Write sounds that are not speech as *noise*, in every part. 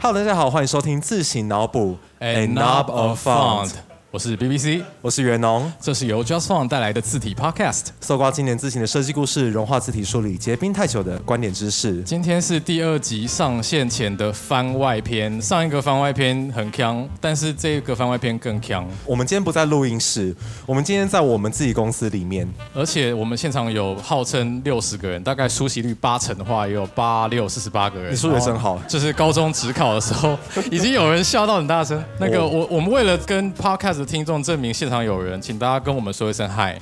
Hello，大家好，欢迎收听自行脑补 A Knob of Font，我是 BBC，我是袁农。这是由 Just Font 带来的字体 Podcast。搜刮今年自行的设计故事，融化字体梳理结冰太久的观点知识。今天是第二集上线前的番外篇，上一个番外篇很强，但是这个番外篇更强，我们今天不在录音室，我们今天在我们自己公司里面。而且我们现场有号称六十个人，大概出席率八成的话，也有八六四十八个人。你数学真然后好就是高中职考的时候，已经有人笑到很大声。那个哦我我们为了跟 Podcast 的听众证明现场有人，请大家跟我们说一声嗨。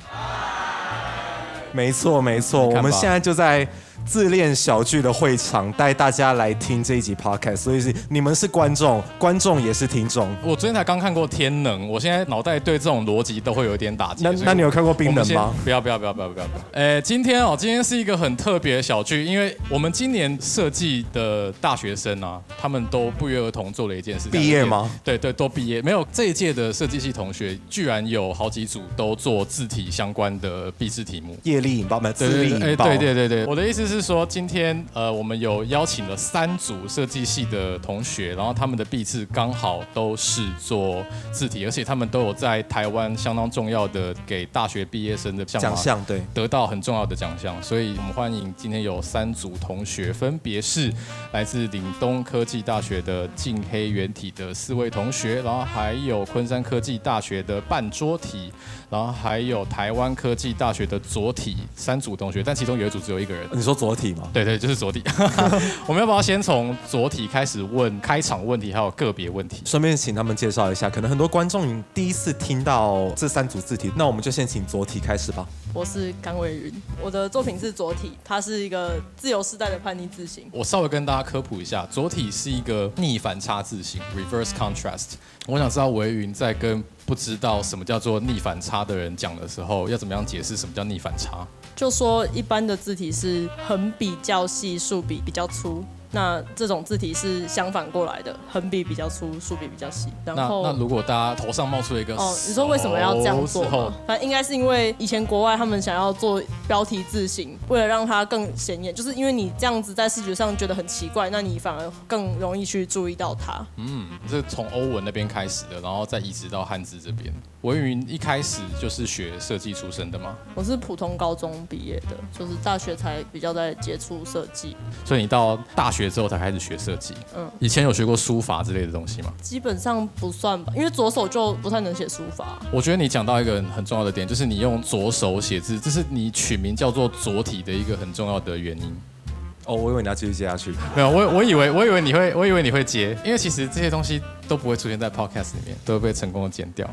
没错，没错，你看吧我们现在就在自恋小聚的会场，带大家来听这一集 podcast。所以是你们是观众，观众也是听众。我昨天才刚看过《天能》，我现在脑袋对这种逻辑都会有一点打结。那所以那你有看过冰我们冷先吗？不要不要不要不要不要不要！呃，今天哦，今天是一个很特别的小剧，因为我们今年设计的大学生啊，他们都不约而同做了一件事情。毕业吗？对对，都毕业。没有这一届的设计系同学，居然有好几组都做字体相关的毕制题目。业力引爆吗？对自对力对，哎引爆。对对对对，我的意思是说，今天呃，我们有邀请了三组设计系的同学，然后他们的毕制刚好都是做字体，而且他们都有在台湾相当重要的给大学毕业生的项目啊奖项对。得到很重要的奖项，所以我们欢迎今天有三组同学，分别是来自岭东科技大学的近黑原体的四位同学，然后还有昆山科技大学的半桌体，然后还有台湾科技大学的左体，三组同学，但其中有一组只有一个人。你说左体吗？对对，就是 *laughs* 左体。我们要不要先从左体开始问开场问题，还有个别问题？顺便请他们介绍一下，可能很多观众第一次听到这三组字体，那我们就先请左体开始吧。我是甘伟云，我的作品是左体，它是一个自由时代的叛逆字型。我稍微跟大家科普一下，左体是一个逆反差字形 （reverse contrast）。我想知道维云在跟不知道什么叫做逆反差的人讲的时候，要怎么样解释什么叫逆反差？就说一般的字体是横比较细，竖比比较粗。那这种字体是相反过来的，横比比较粗，竖比比较细。然那后那如果哦大家头上冒出了一个哦，你说为什么要这样做手之后吗？反正应该是因为以前国外他们想要做标题字型，为了让它更显眼，就是因为你这样子在视觉上觉得很奇怪，那你反而更容易去注意到它。这是从欧文那边开始的，然后再移植到汉字这边。维云一开始就是学设计出身的嘛，我是普通高中毕业的，就是大学才比较在接触设计，所以你到大学之后才开始学设计。嗯嗯，以前有学过书法之类的东西吗？基本上不算吧，因为左手就不太能写书法。我觉得你讲到一个很重要的点，就是你用左手写字，这是你取名叫做左体的一个很重要的原因。哦，我以为你要继续接下去。没有，我我以为我以为你会，我以为你会接，因为其实这些东西都不会出现在 podcast 里面，都会被成功的剪掉，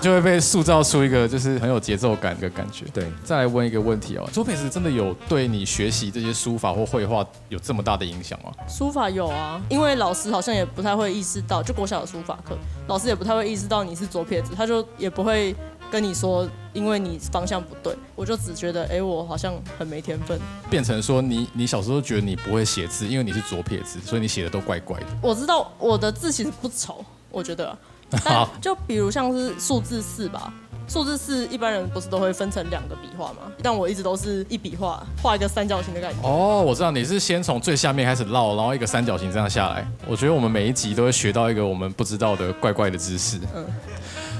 就会被塑造出一个就是很有节奏感的感觉。对再来问一个问题哦，左撇子真的有对你学习这些书法或绘画有这么大的影响吗？书法有啊，因为老师好像也不太会意识到，就国小的书法课，老师也不太会意识到你是左撇子，他就也不会跟你说，因为你方向不对。我就只觉得，哎、我好像很没天分。变成说你你小时候觉得你不会写字，因为你是左撇子，所以你写的都怪怪的。我知道我的字其实不丑，我觉 *laughs* 得啊，但就比如像是数字四吧，数字四一般人不是都会分成两个笔画吗？但我一直都是一笔画画一个三角形的感觉。哦，我知道你是先从最下面开始绕，然后一个三角形这样下来。我觉得我们每一集都会学到一个我们不知道的怪怪的知识。嗯嗯。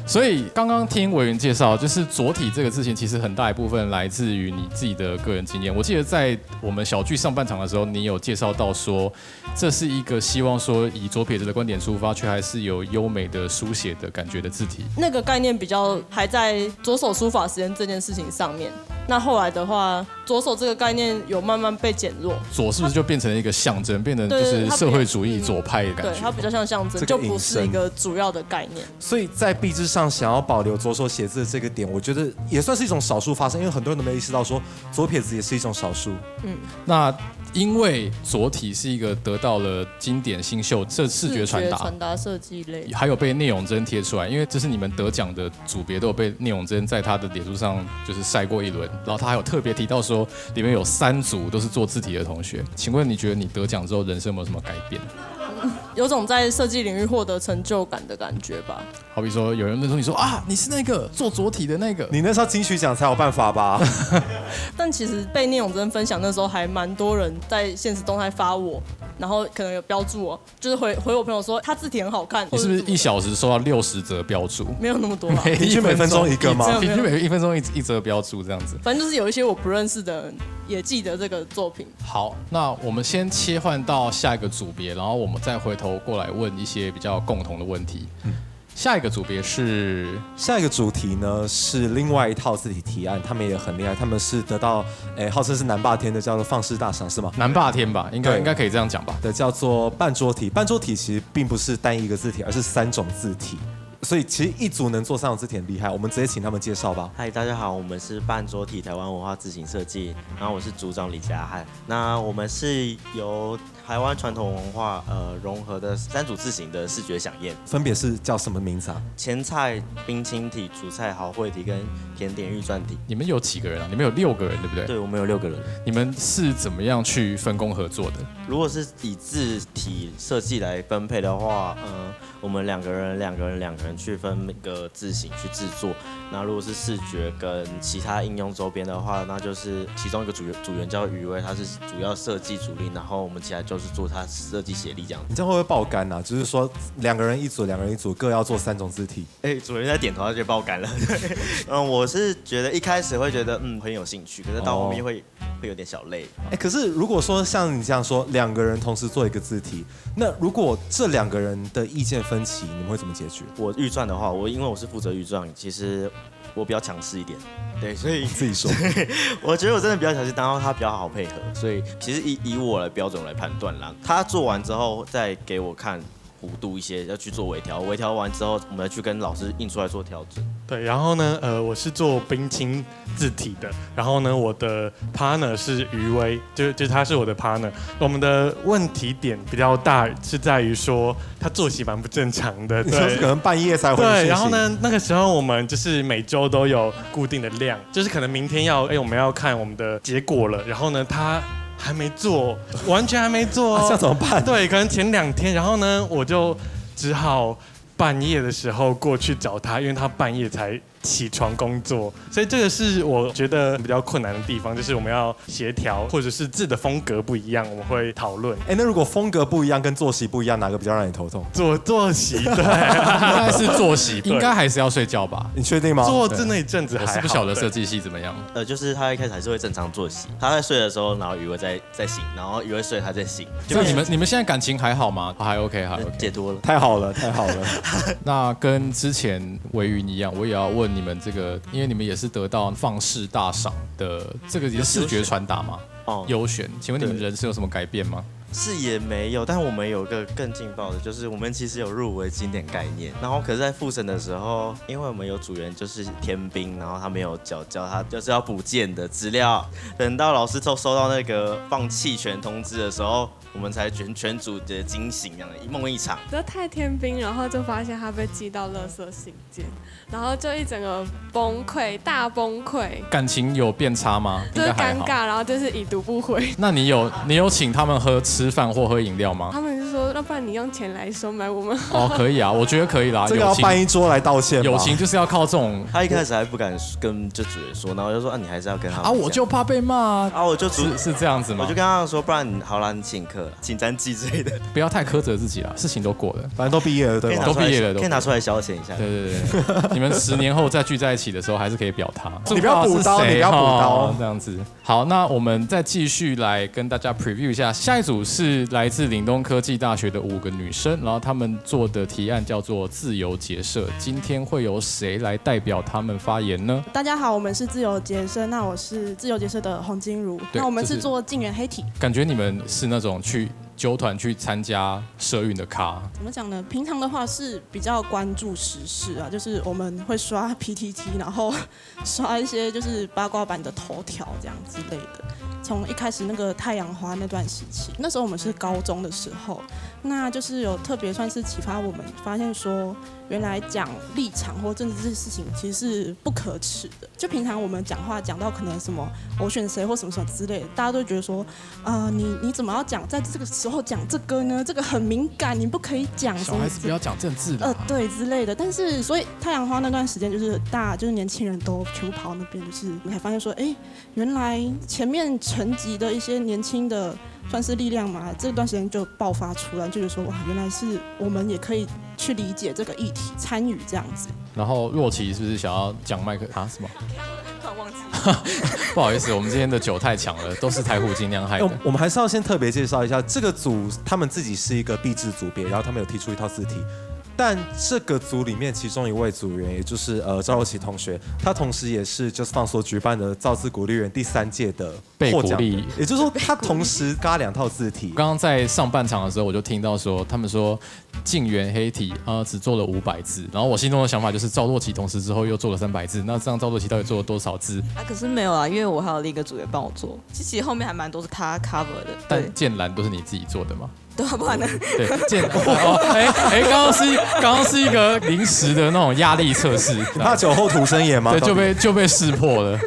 所以刚刚听委员介绍，就是左体这个字形，其实很大一部分来自于你自己的个人经验。我记得在我们小剧上半场的时候，你有介绍到说，这是一个希望说以左撇子的观点出发，却还是有优美的书写的感觉的字体。那个概念比较还在左手书法实验这件事情上面。那后来的话，左手这个概念有慢慢被减弱，左是不是就变成了一个象征，变成就对是它比较社会主义左派的感对，觉它？比较像象征，这个就不是一个主要的概念。所以在壁纸上想要保留左手写字的这个点，我觉得也算是一种少数发生，因为很多人都没有意识到说左撇子也是一种少数。那因为左体是一个得到了经典新秀这视觉传达，传达设计类，还有被聂永贞贴出来，因为这是你们得奖的组别都有被聂永贞在他的脸书上就是晒过一轮，然后他还有特别提到说里面有三组都是做字体的同学。请问你觉得你得奖之后人生有没有什么改变？有种在设计领域获得成就感的感觉吧。好比说有人认出你说啊你是那个做左体的那个，你那时候金曲奖才有办法 *laughs* 吧？但其实被聂永真分享那时候，还蛮多人在现实动态发我然后可能有标注我，就是回回我朋友说他字体很好看。你是或不是者怎么一小时收到六十则标注？没有那么多啊 *laughs* 吧？平均每分钟一个吗平均每一分钟一一则标注这样子。反正就是有一些我不认识的人也记得这个作品。好，那我们先切换到下一个组别，然后我们再回头过来问一些比较共同的问题。嗯下一个组别是下一个主题呢是另外一套字体提案，他们也很厉害，他们是得到诶号称是南霸天的叫做放矢大赏是吗？南霸天吧，应该对应该可以这样讲吧？的叫做半桌体。半桌体其实并不是单一一个字体，而是三种字体。所以其实一组能做三种字体很厉害，我们直接请他们介绍吧。嗨，大家好，我们是半桌体台湾文化自行设计，然后我是组长李佳汉。那我们是由台湾传统文化呃融合的三组字形的视觉飨宴，分别是叫什么名字啊？前菜、冰清体、主菜、豪烩体跟甜点预算体。你们有几个人啊？你们有六个人对不对？对，我们有六个人。你们是怎么样去分工 *laughs* 合作的？如果是以字体设计来分配的话，呃，我们两个人、两个人、两个人去分个字形去制作。那如果是视觉跟其他应用周边的话，那就是其中一个组员组员叫余威，他是主要设计主力，然后我们其他就是做他设计协力这样子。你这样会不会爆肝啊？就是说两个人一组，两个人一组，各要做三种字体。哎、主人在点头，他就爆肝了。对 *laughs* 嗯，我是觉得一开始会觉得嗯很有兴趣，可是到后面哦会、会有点小累。哎，可是如果说像你这样说，两个人同时做一个字体，那如果这两个人的意见分歧，你们会怎么解决？我预算的话，我因为我是负责预算，其实我比较强势一点，对，所以你自 *laughs* 己说。我觉得我真的比较小心，然后他比较好配合，所以其实以以我的标准来判断啦。他做完之后再给我看弧度一些，要去做微调，微调完之后我们要去跟老师印出来做调整。对，然后呢，呃，我是做冰清字体的，然后呢，我的 partner 是余威，就就他是我的 partner。我们的问题点比较大，是在于说他作息蛮不正常的，你说可对。能半夜才会对，然后？呢？那个时候我们就是每周都有固定的量，就是可能明天要，哎，我们要看我们的结果了。然后呢，他还没做，完全还没做、啊哦，这样怎么 *laughs* 办？对，可能前两天，然后呢，我就只好半夜的时候过去找他，因为他半夜才起床工作，所以这个是我觉得比较困难的地方，就是我们要协调，或者是字的风格不一样，我们会讨论。哎，那如果风格不一样，跟作息不一样，哪个比较让你头痛？做作息 *laughs* 对，应该是作息，对应该还是要睡觉吧？你确定吗？做字那一阵子还我好是不晓得对设计系怎么样。呃，就是他一开始还是会正常作息，他在睡的时候，然后余威在在醒，然后余威睡他在醒，那你们你们现在感情还好吗？还 OK，还呃 OK。解脱了。太好了，太好了。那跟之前维云一样，我也要问你们这个，因为你们也是得到放视大赏的这个也是视觉传达嘛，哦，优选。请问你们对人生有什么改变吗？是也没有，但我们有一个更劲爆的，就是我们其实有入围经典概念，然后可是，在复审的时候，因为我们有组员就是天兵，然后他没有缴交他就是要补件的资料，等到老师都收到那个放弃权通知的时候，我们才全全组的惊醒，这样一梦一场。不要太天兵，然后就发现他被寄到垃圾信件，然后就一整个崩溃，大崩溃，感情有变差吗？应就是该还尴好。尬，然后就是已读不回。 *laughs* 那你有你有请他们喝吃饭或喝饮料吗？ *laughs* 他们就说，要不然你用钱来收买我们。哦，可以啊，我觉得可以啦。这个要友搬情一桌来道歉吧友情就是要靠这种他一开始还不敢跟就组员说，然后就说啊，你还是要跟他们啊，我讲就怕被骂啊，啊我就组。是是这样子我吗就？跟他们说，不然你好啦，你请客，请战绩之类的，不要太苛责自己啦，事情都过了。反正都毕业了，可对以拿吧？出来 *laughs* 哎都毕业了都可以拿出来消遣一下。对对对对，你们十年后再聚在一起的时候，还是可以表他。 *laughs* 你不要补刀你不要补刀哦这样子。好，那我们再继续来跟大家 preview 一下，下一组是来自岭东科技大学的五个女生，然后她们做的提案叫做“自由结社”。今天会有谁来代表她们发言呢？大家好，我们是自由结社，那我是自由结社的洪金如，对那我们就是是做晋元黑体。感觉你们是那种去纠团去参加社运的咖，怎么讲呢？平常的话是比较关注时事啊，就是我们会刷 PTT，然后刷一些就是八卦版的头条这样之类的。从一开始那个太阳花那段时期，那时候我们是高中的时候，那就是有特别算是启发我们，发现说原来讲立场或政治这事情其实是不可耻的。就平常我们讲话讲到可能什么我选谁或什么什么之类的，大家都觉得说啊、你你怎么要讲在这个时候讲这个呢？这个很敏感，你不可以讲。小孩子不要讲政治呃的。，对之类的，但是所以太阳花那段时间就是大，就是年轻人都全部跑到那边，就是我们才发现说，哎，原来前面层级的一些年轻的算是力量嘛，这段时间就爆发出来，就觉得说哇，原来是我们也可以去理解这个议题，参与这样子。然后若琪是不是想要讲麦克啊？什么？突然忘记。不好意思，我们今天的酒太强了，都是台虎精酿害 *laughs* 的哎我。我们还是要先特别介绍一下这个组，他们自己是一个币制组别，然后他们有提出一套字体。但这个组里面，其中一位组员，也就是呃赵若琪同学，他同时也是 Just Fun 所举办的造字鼓励人第三届的被获鼓奖励人，也就是说他同时嘎两套字体。刚刚在上半场的时候，我就听到说他们说晋元黑体啊、呃只做了五百字，然后我心中的想法就是赵洛奇同时之后又做了三百字，那这样赵洛奇到底做了多少字？啊，可是没有啊，因为我还有另一个组员帮我做，其实后面还蛮多是他 cover 的，但对，剑兰都是你自己做的吗？对啊，不然呢？对，剑哦，哎哎，刚刚是刚刚是一个临时的那种压力测试，你怕酒后吐真言吗？对，到底就被就被识破了。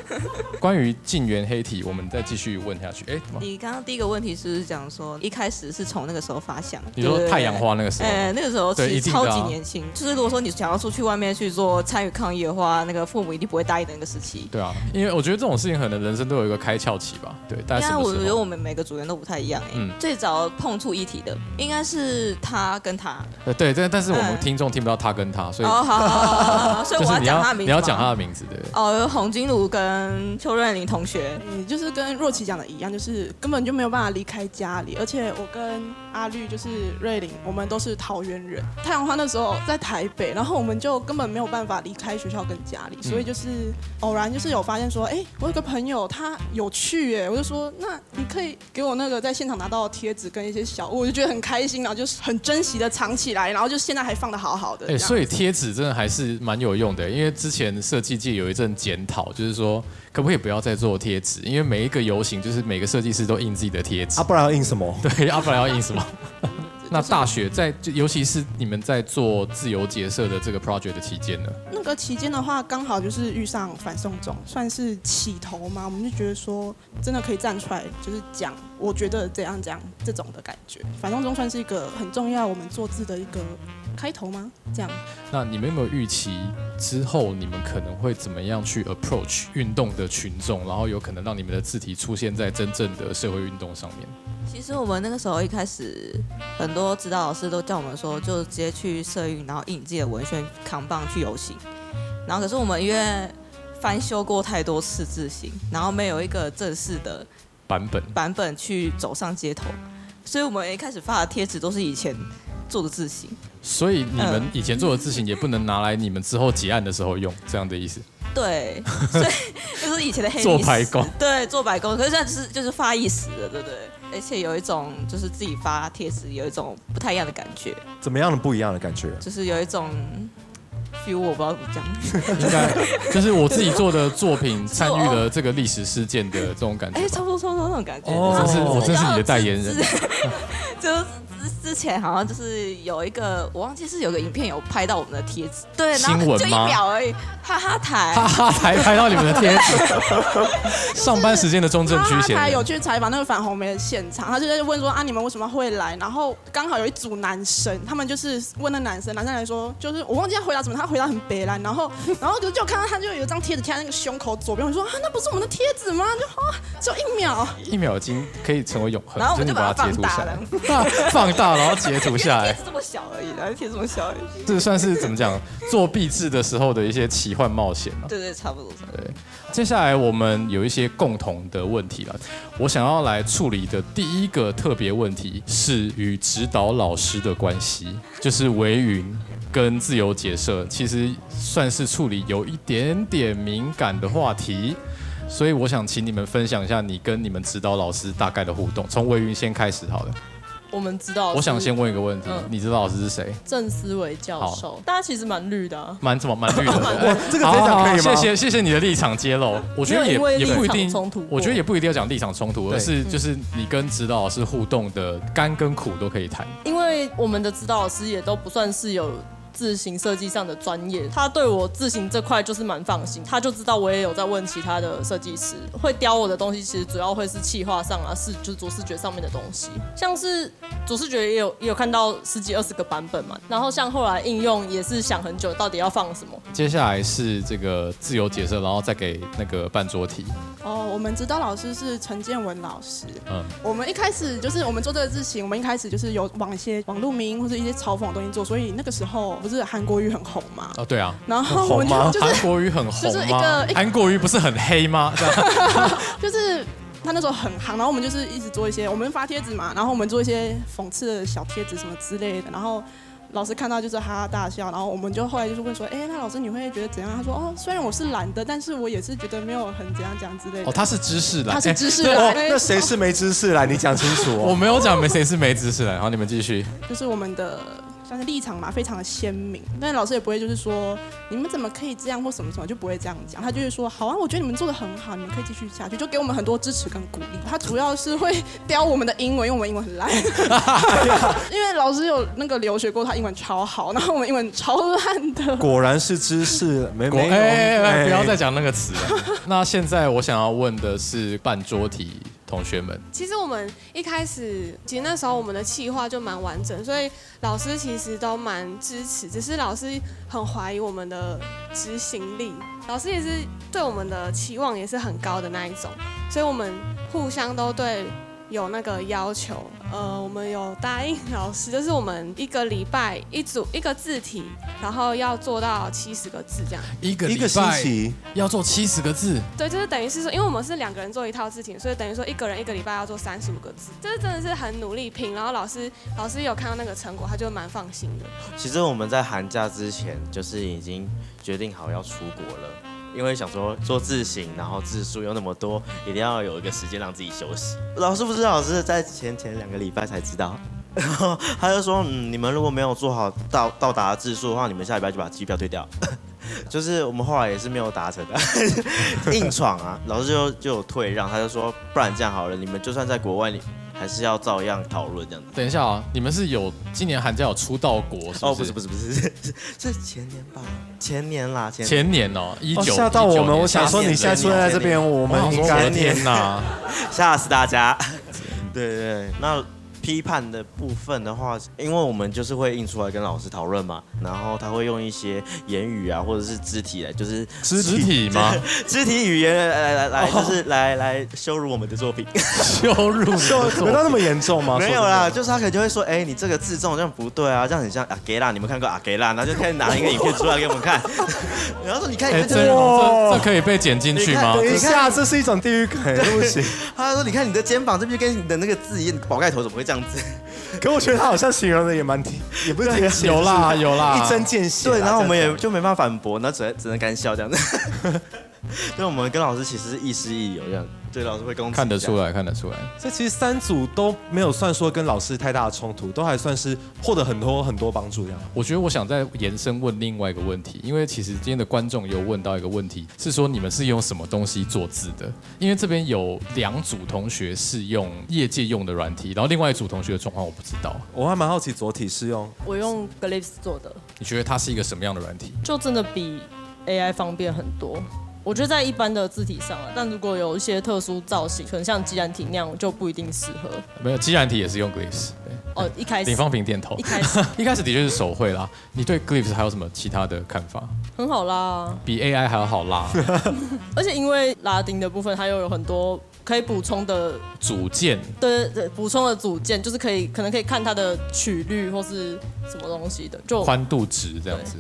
关于晋元黑体，我们再继续问下去。哎，怎么你刚刚第一个问题是不是讲说一开始是从那个时候发想？你说对太阳。花那个时候吗，哎、那个时候对一其实定的啊超级年轻，就是如果说你想要出去外面去做参与抗议的话，那个父母一定不会答应的那个时期。对啊，因为我觉得这种事情可能人生都有一个开窍期吧。对，大概因什为我么觉时得我候？们每个组员都不太一样哎、嗯最早碰触议题的应该是他跟他。呃，对，但但是我们嗯听众听不到他跟他，所以哦，好好好好好好，所以 *laughs* 就我是要你讲他要的名字你要讲吗他的名字，对。哦，洪金如跟邱瑞玲同学，也就是跟若琪讲的一样，就是根本就没有办法离开家里，而且我跟阿绿就是瑞玲，我们都是桃园人。太阳花那时候在台北，然后我们就根本没有办法离开学校跟家里，所以就是偶然就是有发现说，哎、我有个朋友他有去耶，我就说那你可以给我那个在现场拿到的贴纸跟一些小物，我就觉得很开心，然后就是很珍惜的藏起来，然后就现在还放的好呃好的。哎、这样所以贴纸真的还是蛮有用的，因为之前设计界有一阵检讨，就是说可不可以不要再做贴纸，因为每一个游行就是每个设计师都印自己的贴纸啊，，不然要印什么？对，要不然要印 *laughs* 什么？那大学在，就尤其是你们在做自由结社的这个 project 的期间呢，那个期间的话，刚好就是遇上反送中，算是起头嘛，我们就觉得说真的可以站出来，就是讲我觉得怎样怎样这种的感觉。反送中算是一个很重要我们做字的一个开头吗？这样那你们有没有预期之后你们可能会怎么样去 approach 运动的群众，然后有可能让你们的字体出现在真正的社会运动上面？其实我们那个时候一开始，很多指导老师都叫我们说，就直接去社运，然后印自己的文宣扛棒去游行。然后可是我们因为翻修过太多次字形，然后没有一个正式的版本版本去走上街头，所以我们一开始发的贴纸都是以前做的字形。所以你们嗯以前做的事情也不能拿来你们之后结案的时候用，这样的 *laughs* 意思。对，所以就是以前的黑历史 *laughs* 做白工， *laughs* 对，做白工，可是现在就是就是发意识了，对不对？而且有一种就是自己发贴纸，有一种不太一样的感觉，怎么样的不一样的感觉？就是有一种 feel，我不知道怎么讲。 *laughs* 应该就是我自己做的作品参与了这个历史事件的这种感觉哎、哦吧。差不多，差不多那种感觉。我真就是是我真哦是你的代言人之， *laughs* *laughs* 就是之之前好像就是有一个，我忘记是有个影片有拍到我们的贴纸，对，然新后闻就一吗秒而已，哈哈台。哈哈，才拍到你们 *laughs* 的贴纸。上班时间的中正区他嫌还疑有去采访那个反红梅的现场，他就在问说啊，你们为什么会来？然后刚好有一组男生，他们就是问那男生，男生来说就是我忘记他回答什么，他回答很北蓝，然后 *laughs* 然后就就看到他就有一张贴纸贴在那个胸口左边，我说啊，那不是我们的贴纸吗？就啊，只有一秒。一秒金可以成为永恒，然后我们就就是你把它它截图放大下来， *laughs* 放大然后截图下贴来纸，这么小而已，然后贴纸这么小而已，这算是怎么讲？做壁纸的时候的一些奇幻冒险啊。对对，差不多。差不多接下来我们有一些共同的问题了，我想要来处理的第一个特别问题是与指导老师的关系，就是维云跟自由结社，其实算是处理有一点点敏感的话题。所以我想请你们分享一下你跟你们指导老师大概的互动，从维云先开始好了。我们指导，我想先问一个问题嗯，你指导老师是谁？郑思维教授，大家其实蛮绿的、啊。蛮怎么蛮绿的？哇，这个直接好讲好可以谢吗？谢谢谢你的立场揭露，我觉得没有因为也也不立一场定冲突过我觉得也不一定要讲立场冲突，而是就是你跟指导老师互动的甘跟苦都可以谈。因为我们的指导老师也都不算是有自行设计上的专业，他对我自行这块就是蛮放心，他就知道我也有在问其他的设计师，会雕我的东西，其实主要会是气化上啊，是就是主视觉上面的东西，像是主视觉也有也有看到十几二十个版本嘛，然后像后来应用也是想很久，到底要放什么，接下来是这个自由解释，然后再给那个半桌题。哦，我们指导老师是陈建文老师。嗯我们一开始就是我们做这个字形，我们一开始就是有往一些网路名或者一些嘲讽的东西做，所以那个时候不是韩国语很红 *laughs* 嘛，哦，对啊，然后我们很红吗就就是韩国瑜很红就是一吗个一？个韩国瑜不是很黑吗？这样就是他那时候很夯，然后我们就是一直做一些，我们发帖子嘛，然后我们做一些讽刺的小贴子什么之类的，然后老师看到就是哈哈大笑，然后我们就后来就是问说，哎，那老师你会觉得怎样？他说，哦，虽然我是懒的，但是我也是觉得没有很怎样讲之类的。哦，他是知识啦，他是哎知识对啦 *laughs* 哦，那谁是没知识啦？你讲清楚哎我 *laughs* 哦。没有讲没谁是没知识的，好，你们继续。就是我们的算是立场嘛，非常的鲜明。但老师也不会就是说你们怎么可以这样或什么什么，就不会这样讲。他就是说好啊，我觉得你们做的很好，你们可以继续下去，就给我们很多支持跟鼓嗯励。他主要是会刁我们的英文，因为我们英文很烂， *laughs* 因为老师有那个留学过，他英文超好，然后我们英文超烂的。果然是知识，没国没有哎哎哎，不要再哎讲那个词了。 *laughs* 那现在我想要问的是半桌题同学们，其实我们一开始，其实那时候我们的企划就蛮完整，所以老师其实都蛮支持，只是老师很怀疑我们的执行力，老师也是对我们的期望也是很高的那一种，所以我们互相都对有那个要求，呃，我们有答应老师，就是我们一个礼拜一组一个字体，然后要做到七十个字这样。一个一个星期要做七十个字，对，就是等于是说，因为我们是两个人做一套字体，所以等于说一个人一个礼拜要做三十五个字，就是真的是很努力拼。然后老师老师有看到那个成果，他就蛮放心的。其实我们在寒假之前就是已经决定好要出国了，因为想说做字形，然后字数又那么多，一定要有一个时间让自己休息。老师不知道，老师在前前两个礼拜才知道。 *laughs* 然后他就说：“嗯，你们如果没有做好到到达的字数的话，你们下礼拜就把机票退掉。” *laughs* 就是我们后来也是没有达成的， *laughs* 硬闯啊。老师就就有退让，他就说：“不然这样好了，你们就算在国外，你还是要照样讨论这样子。”等一下啊，你们是有今年寒假有出到国是哦，不不是是？不是不是，是是前年吧，前年啦，前前年哦，一哦九吓到我们！我想说你现在出现在这边，哦我我们应该的天哪， *laughs* 吓死大家。对对对，那批判的部分的话，因为我们就是会印出来跟老师讨论嘛，然后他会用一些言语啊，或者是肢体来，就是肢体 *laughs* 吗？ *laughs* 肢体语言来来来来， *laughs* 就是来来羞辱我们的作品。羞 *laughs* 辱你的有作到那么严重吗？*laughs* 哦没有说啦，真的，就是他可能就会说，哎，你这个字重这样不对啊，这样很像阿给啦，你们看过阿给啦，然后就开始拿一个影片出来给我们看， *laughs* 然后说你看你哎，们这这个这这可以被剪进去你吗看？等一下，这是一种地狱梗，哦对不行。他说：“你看你的肩膀这边跟你的那个字一样，宝盖头怎么会这样 *laughs* 子可我觉得他好像形容的也蛮啊挺， *laughs* 也不是挺写有啦就是有啦一针见？”血啦。啊对，然后我们真也的就没办法反驳，那只能只能干笑这样子。 *laughs* 所以我们跟老师其实是亦师亦友这样，对老师会攻击看得一下出。来，看得出来。这其实三组都没有算说跟老师太大的冲突，都还算是获得很多很多帮助这样。我觉得我想再延伸问另外一个问题，因为其实今天的观众有问到一个问题，是说你们是用什么东西做字的？因为这边有两组同学是用业界用的软体，然后另外一组同学的状况我不知道。我还蛮好奇左体是用我用 Glyphs 做的，你觉得它是一个什么样的软体？就真的比 AI 方便很多。我觉得在一般的字体上啊，但如果有一些特殊造型，可能像鸡蛋体那样，就不一定适合。没有，既然体也是用 Glyphs，哦，一开对，始林方平点头一。开始一开始的确是手绘啦。你对 Glyphs 还有什么其他的看法？很好啦，比 AI 还要好啦，而且因为拉丁的部分，它又有很多可以补充的，组 *laughs* 件对对对，补充的组件，就是可以可能可以看它的曲率或是什么东西的，就宽度值这样子。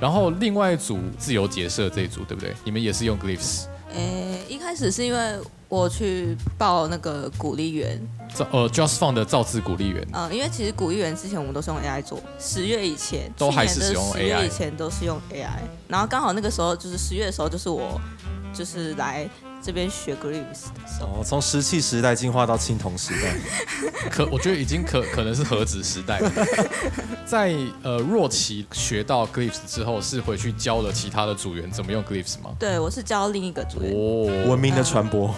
然后另外一组自由结社这一组，对不对？你们也是用 Glyphs。诶，呃一开始是因为我去报那个鼓励员，造呃 Just Fund 的造字鼓励员，呃，因为其实鼓励员之前我们都是用 AI 做，十月以前都还是去年的使用十月 AI 以前都是用 AI，然后刚好那个时候就是十月的时候，就是我就是来这边学 Glyphs 的时候，哦，从石器时代进化到青铜时代，可我觉得已经可可能是何止时代了。在呃若琪学到 Glyphs 之后，是回去教了其他的组员怎么用 Glyphs 吗？对我是教另一个组员，哦，文明的传 *laughs* 播。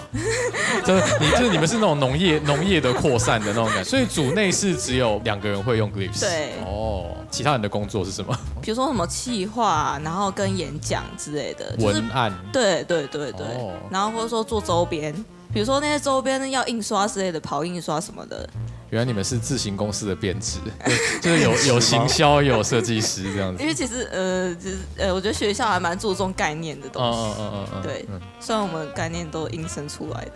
真的，你 *laughs* 就是你们是那种农业农业的扩散的那种感觉，所以组内是只有两个人会用 Glyphs。对哦，其他人的工作是什么？比如说什么企划，然后跟演讲之类的， *laughs* 就是文案。对对对对，哦然后或者说做周边，比如说那些周边要印刷之类的，跑印刷什么的，原来你们是自行公司的 *laughs* 编制，就是有有行销，也有设计师这样子因。为其实呃，其实呃，我觉得学校还蛮注重概念的东西，嗯嗯嗯对嗯，虽然我们概念都硬生出来的。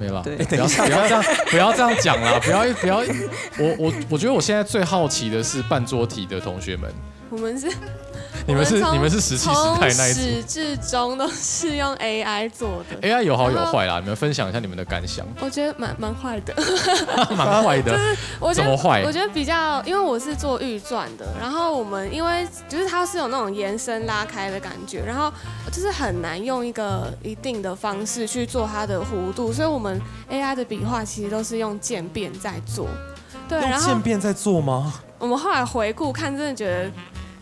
没了。对不要不要这样，不要这样讲啦，不要不要。我我我觉得我现在最好奇的是半桌体的同学们，我们是 *laughs* 你们是我从你们是石器时代那一从始组至终都是用 AI 做的， ，AI 有好有坏啦，你们分享一下你们的感想，我觉得蛮蛮坏的。 *laughs* 蛮坏的。我觉怎么得坏我觉得比较，因为我是做预算的，然后我们因为就是它是有那种延伸拉开的感觉，然后就是很难用一个一定的方式去做它的弧度，所以我们 AI 的笔画其实都是用渐变在做。对，用然后渐变在做吗？我们后来回顾看，真的觉得。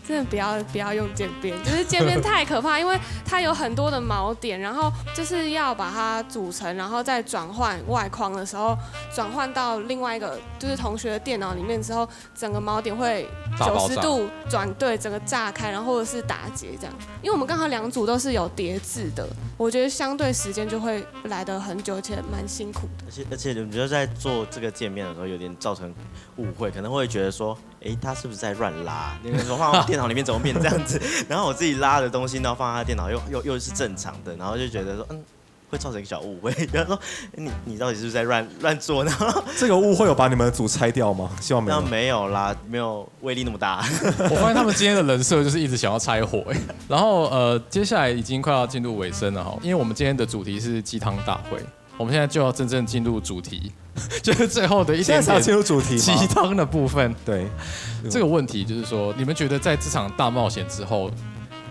真的不要不要用渐变，就是渐变太可怕，因为它有很多的锚点，然后就是要把它组成，然后再转换外框的时候，转换到另外一个就是同学的电脑里面之后，整个锚点会大九爆十炸度转对，整个炸开，然后或者是打结这样。因为我们刚好两组都是有叠字的，我觉得相对时间就会来得很久，而且蛮辛苦的。而且而且你们就在做这个界面的时候，有点造成误会，可能会觉得说，诶，他是不是在乱拉？你们说放到电脑里面怎么变这样子？ *laughs* 然后我自己拉的东西，然后放在他电脑又又又是正常的，然后就觉得说，嗯。会造成一个小误会， *laughs* 然后说你你到底是不是在乱乱做呢？这个误会有把你们的组拆掉吗？希望没那有。没有啦，没有威力那么大。我发现他们今天的人设就是一直想要拆火、哎，然后呃，接下来已经快要进入尾声了哈，因为我们今天的主题是鸡汤大会，我们现在就要真正进入主题， *laughs* 就是最后的一现在点才要进点入主题鸡吗？汤的部分。对，这个问题就是说，你们觉得在这场大冒险之后，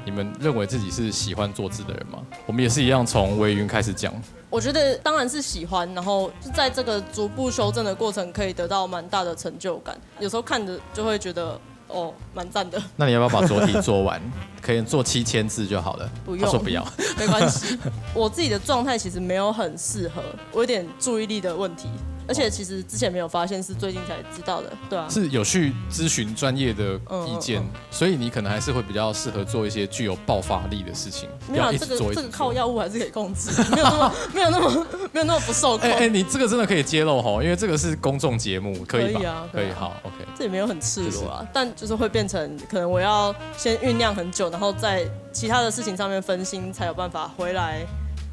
你们认为自己是喜欢做字的人吗？我们也是一样，从微云开始讲。我觉得当然是喜欢，然后就在这个逐步修正的过程，可以得到蛮大的成就感。有时候看着就会觉得，哦，蛮赞 *laughs* 的，那你要不要把左题做完？可以做七千字就好了。不用他说不要。没关系。我自己的状态其实没有很适合，我有点注意力的问题，而且其实之前没有发现，是最近才知道的，对啊。是有去咨询专业的意见，嗯嗯所以你可能还是会比较适合做一些具有爆发力的事情，不没有要啊一这直个做一这直个靠做。药物还是可以控制，没有那么没有那么没有那么不受 *laughs* 控哎，哎，你这个真的可以揭露吼，因为这个是公众节目，可以吧？可以啊可以对啊好，OK。这也没有很赤裸啊，但就是会变成可能我要先酝酿很久，然后在其他的事情上面分心，才有办法回来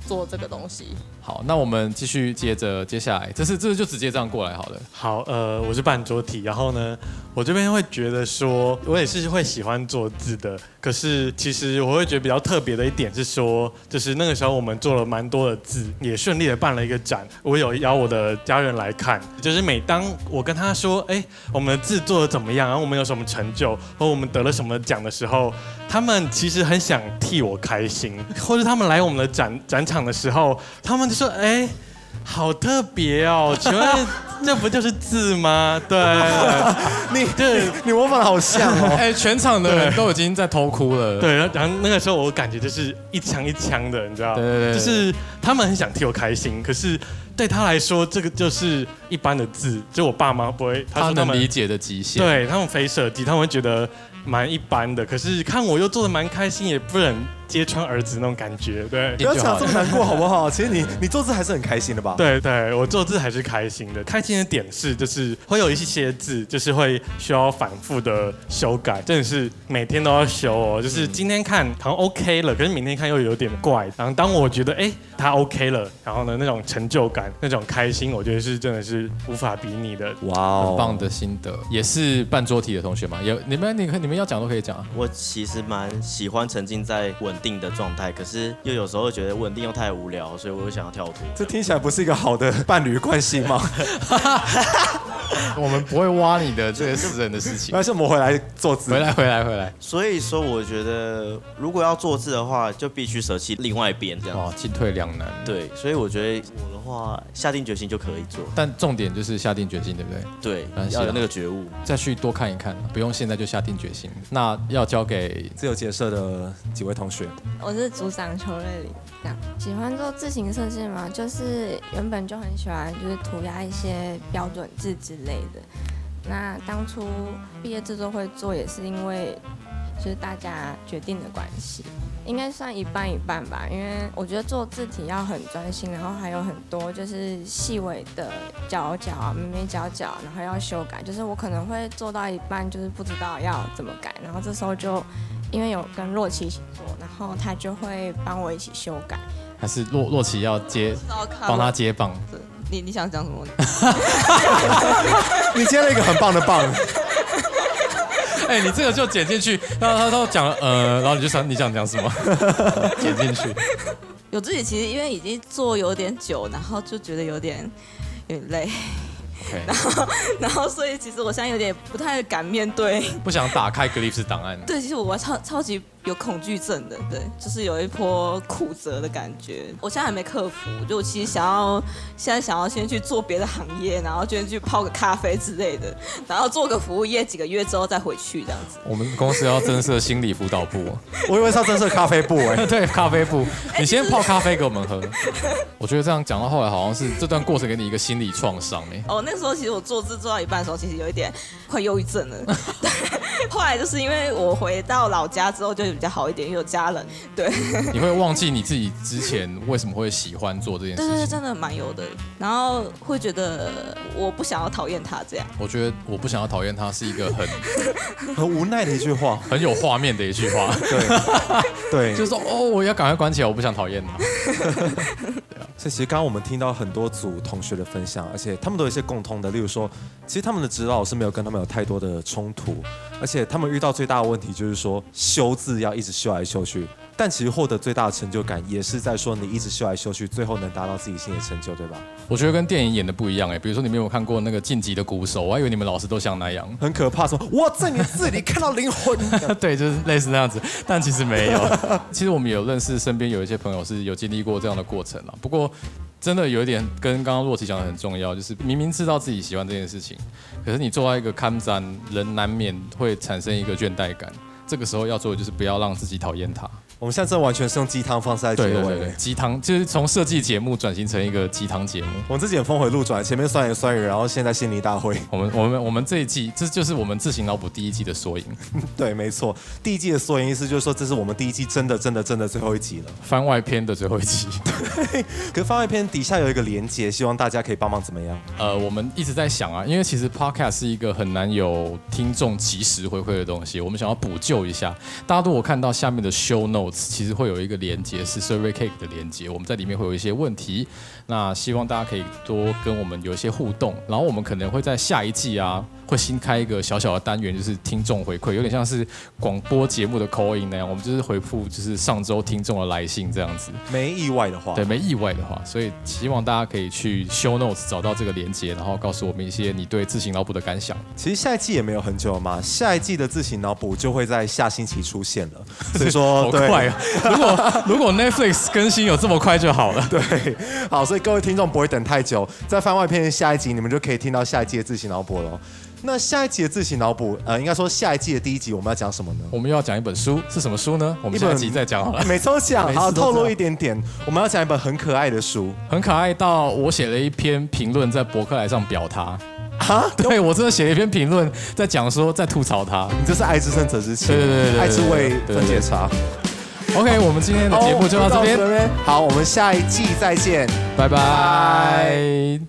做这个东西。好，那我们继续接着接下来，这是这就直接这样过来好了。好，呃，我是半桌体，然后呢，我这边会觉得说，我也是会喜欢做字的，可是其实我会觉得比较特别的一点是说，就是那个时候我们做了蛮多的字，也顺利的办了一个展，我有邀我的家人来看，就是每当我跟他说，哎，我们的字做的怎么样，然后我们有什么成就，或我们得了什么奖的时候，他们其实很想替我开心，或者他们来我们的展展场的时候，他们就说，哎。好特别哦！请问这不就是字 *laughs* 吗？对，你对你模仿的好像 *laughs* 哦。哎、全场的人都已经在偷哭了。对，然后然后那个时候我感觉就是一枪一枪的，你知道，对对对就是他们很想替我开心，可是对他来说，这个就是一般的字，就我爸妈不会，他说他能理们解的极限。，对他们非设计，他们会觉得蛮一般的，可是看我又做的蛮开心，也不忍揭穿儿子那种感觉，对不。要讲这么难过好不好？其实你你做字还是很开心的吧？对对，我做字还是开心的。开心的点是，就是会有一些字，就是会需要反复的修改，真的是每天都要修哦。就是今天看好像 OK 了，可是明天看又有点怪。然后当我觉得哎它 OK 了，然后呢那种成就感、那种开心，我觉得是真的是无法比拟的。哇哦，很棒的心得，也是半桌体的同学嘛，有你们你可你们要讲都可以讲啊。我其实蛮喜欢沉浸在稳定的状态，可是又有时候觉得稳定又太无聊，所以我又想要跳脱。这听起来不是一个好的伴侣关系 *laughs* 吗？ *laughs* 我们不会挖你的这个私人的事情那。是我们回来做字。 *laughs* 回来，回来，回来！所以说，我觉得如果要做字的话，就必须舍弃另外一边这样。哇，哦进退两难。哦对，所以我觉得我的话，下定决心就可以做。但重点就是下定决心，对不对？对啊，是啊要有那个觉悟。再去多看一看，不用现在就下定决心。那要交给自由结社的几位同学，我是组长邱瑞玲。这样喜欢做字形设计嘛，就是原本就很喜欢，就是涂鸦一些标准字之类的。那当初毕业制作会做，也是因为就是大家决定的关系。应该算一半一半吧，因为我觉得做字体要很专心，然后还有很多就是细微的角角啊、眉眉角角，然后要修改。就是我可能会做到一半，就是不知道要怎么改，然后这时候就因为有跟洛奇一起做，然后他就会帮我一起修改。还是洛洛奇要接到看帮他接棒？你你想讲什么？你接了一个很棒的棒， *laughs* 哎、你这个就剪进去，然后他都讲了呃，然后你就想你想讲什么，剪进去。有自己其实因为已经做有点久，然后就觉得有点有点累， *laughs* OK，然后所以其实我现在有点不太敢面对。 *laughs* 不想打开 Glyphs 档案。对，其实我超超级有恐惧症的，对，就是有一波苦涩的感觉。我现在还没克服，就我其实想要现在想要先去做别的行业，然后先去泡个咖啡之类的，然后做个服务业几个月之后再回去这样子。我们公司要增设心理辅导部，我以为是要真是咖啡布哎、 *laughs* 对，咖啡部，哎你先泡咖啡给我 *laughs* 们喝。我觉得这样讲到后来，好像是这段过程给你一个心理创伤哎。哦，那时候其实我做字做到一半的时候，其实有一点快忧郁症了。 *laughs* 对，后来就是因为我回到老家之后就比较好一点，因为有家人。对， *laughs* 你会忘记你自己之前为什么会喜欢做这件对对事对，情。真的蛮有的。然后会觉得我不想要讨厌他这样。我觉得我不想要讨厌他是一个很很无奈的一句话。很有画面的一句 *laughs* 话，对，就是说哦，我要赶快关起来，我不想讨厌他。所以其实刚刚我们听到很多组同学的分享，而且他们都有一些共通的，例如说，其实他们的指导老师没有跟他们有太多的冲突，而且他们遇到最大的问题就是说修字要一直修来修去，但其实获得最大的成就感也是在说你一直修来修去，最后能达到自己心里的成就，对吧？我觉得跟电影演的不一样哎，比如说你们有没有看过那个《晋级的鼓手》，我还以为你们老师都像那样。很可怕，说我在你字里看到灵魂， *laughs* 对，就是类似那样子，但其实没有。 *laughs* 其实我们有认识身边有一些朋友是有经历过这样的过程啊啦。不过真的有一点跟刚刚洛奇讲的很重要，就是明明知道自己喜欢这件事情，可是你做到一个看展，人难免会产生一个倦怠感。这个时候要做的就是不要让自己讨厌它。我们现在真的完全是用鸡汤方式在结对尾。对对对，鸡汤就是从设计节目转型成一个鸡汤节目。我们自己很峰回路转，前面酸言酸语，然后现在心理大会。 *laughs* 我们我们我们这一季，这就是我们自行脑补第一季的缩影。对，没错，第一季的缩影意思就是说，这是我们第一季真的真的真的最后一集了。番外篇的最后一集。可是番外篇底下有一个连接，希望大家可以帮忙怎么样？呃，我们一直在想啊，因为其实 podcast 是一个很难有听众及时回馈的东西，我们想要补救一下。大家如果看到下面的 show notes，其实会有一个连接是 survey cake 的连接，我们在里面会有一些问题。那希望大家可以多跟我们有一些互动，然后我们可能会在下一季啊，会新开一个小小的单元，就是听众回馈，有点像是广播节目的 call in 那样，我们就是回复就是上周听众的来信这样子。没意外的话，对，没意外的话，所以希望大家可以去 show notes 找到这个连接，然后告诉我们一些你对自行脑补的感想。其实下一季也没有很久嘛，下一季的自行脑补就会在下星期出现 *laughs* 了。所以说，好对快啊！如果如果 Netflix 更新有这么快就好了。对，好，所以各位听众不会等太久，在番外篇下一集，你们就可以听到下一季的自行脑补了。那下一集的自行脑补，呃，应该说下一季的第一集我们要讲什么呢？我们又要讲一本书，是什么书呢？我们下一集再讲好 *laughs* 了。每周 *laughs* 讲，每次好都这样透露一点点。我们要讲一本很可爱的书，很可爱到我写了一篇评论在博客来上表他。啊， *laughs* 对我真的写了一篇评论，在讲说在吐槽他。你这是爱之深责之切，对对对对对爱之味对对对分解茶。 OK，我们今哦天的节目就到这边，好，我们下一季再见。拜拜。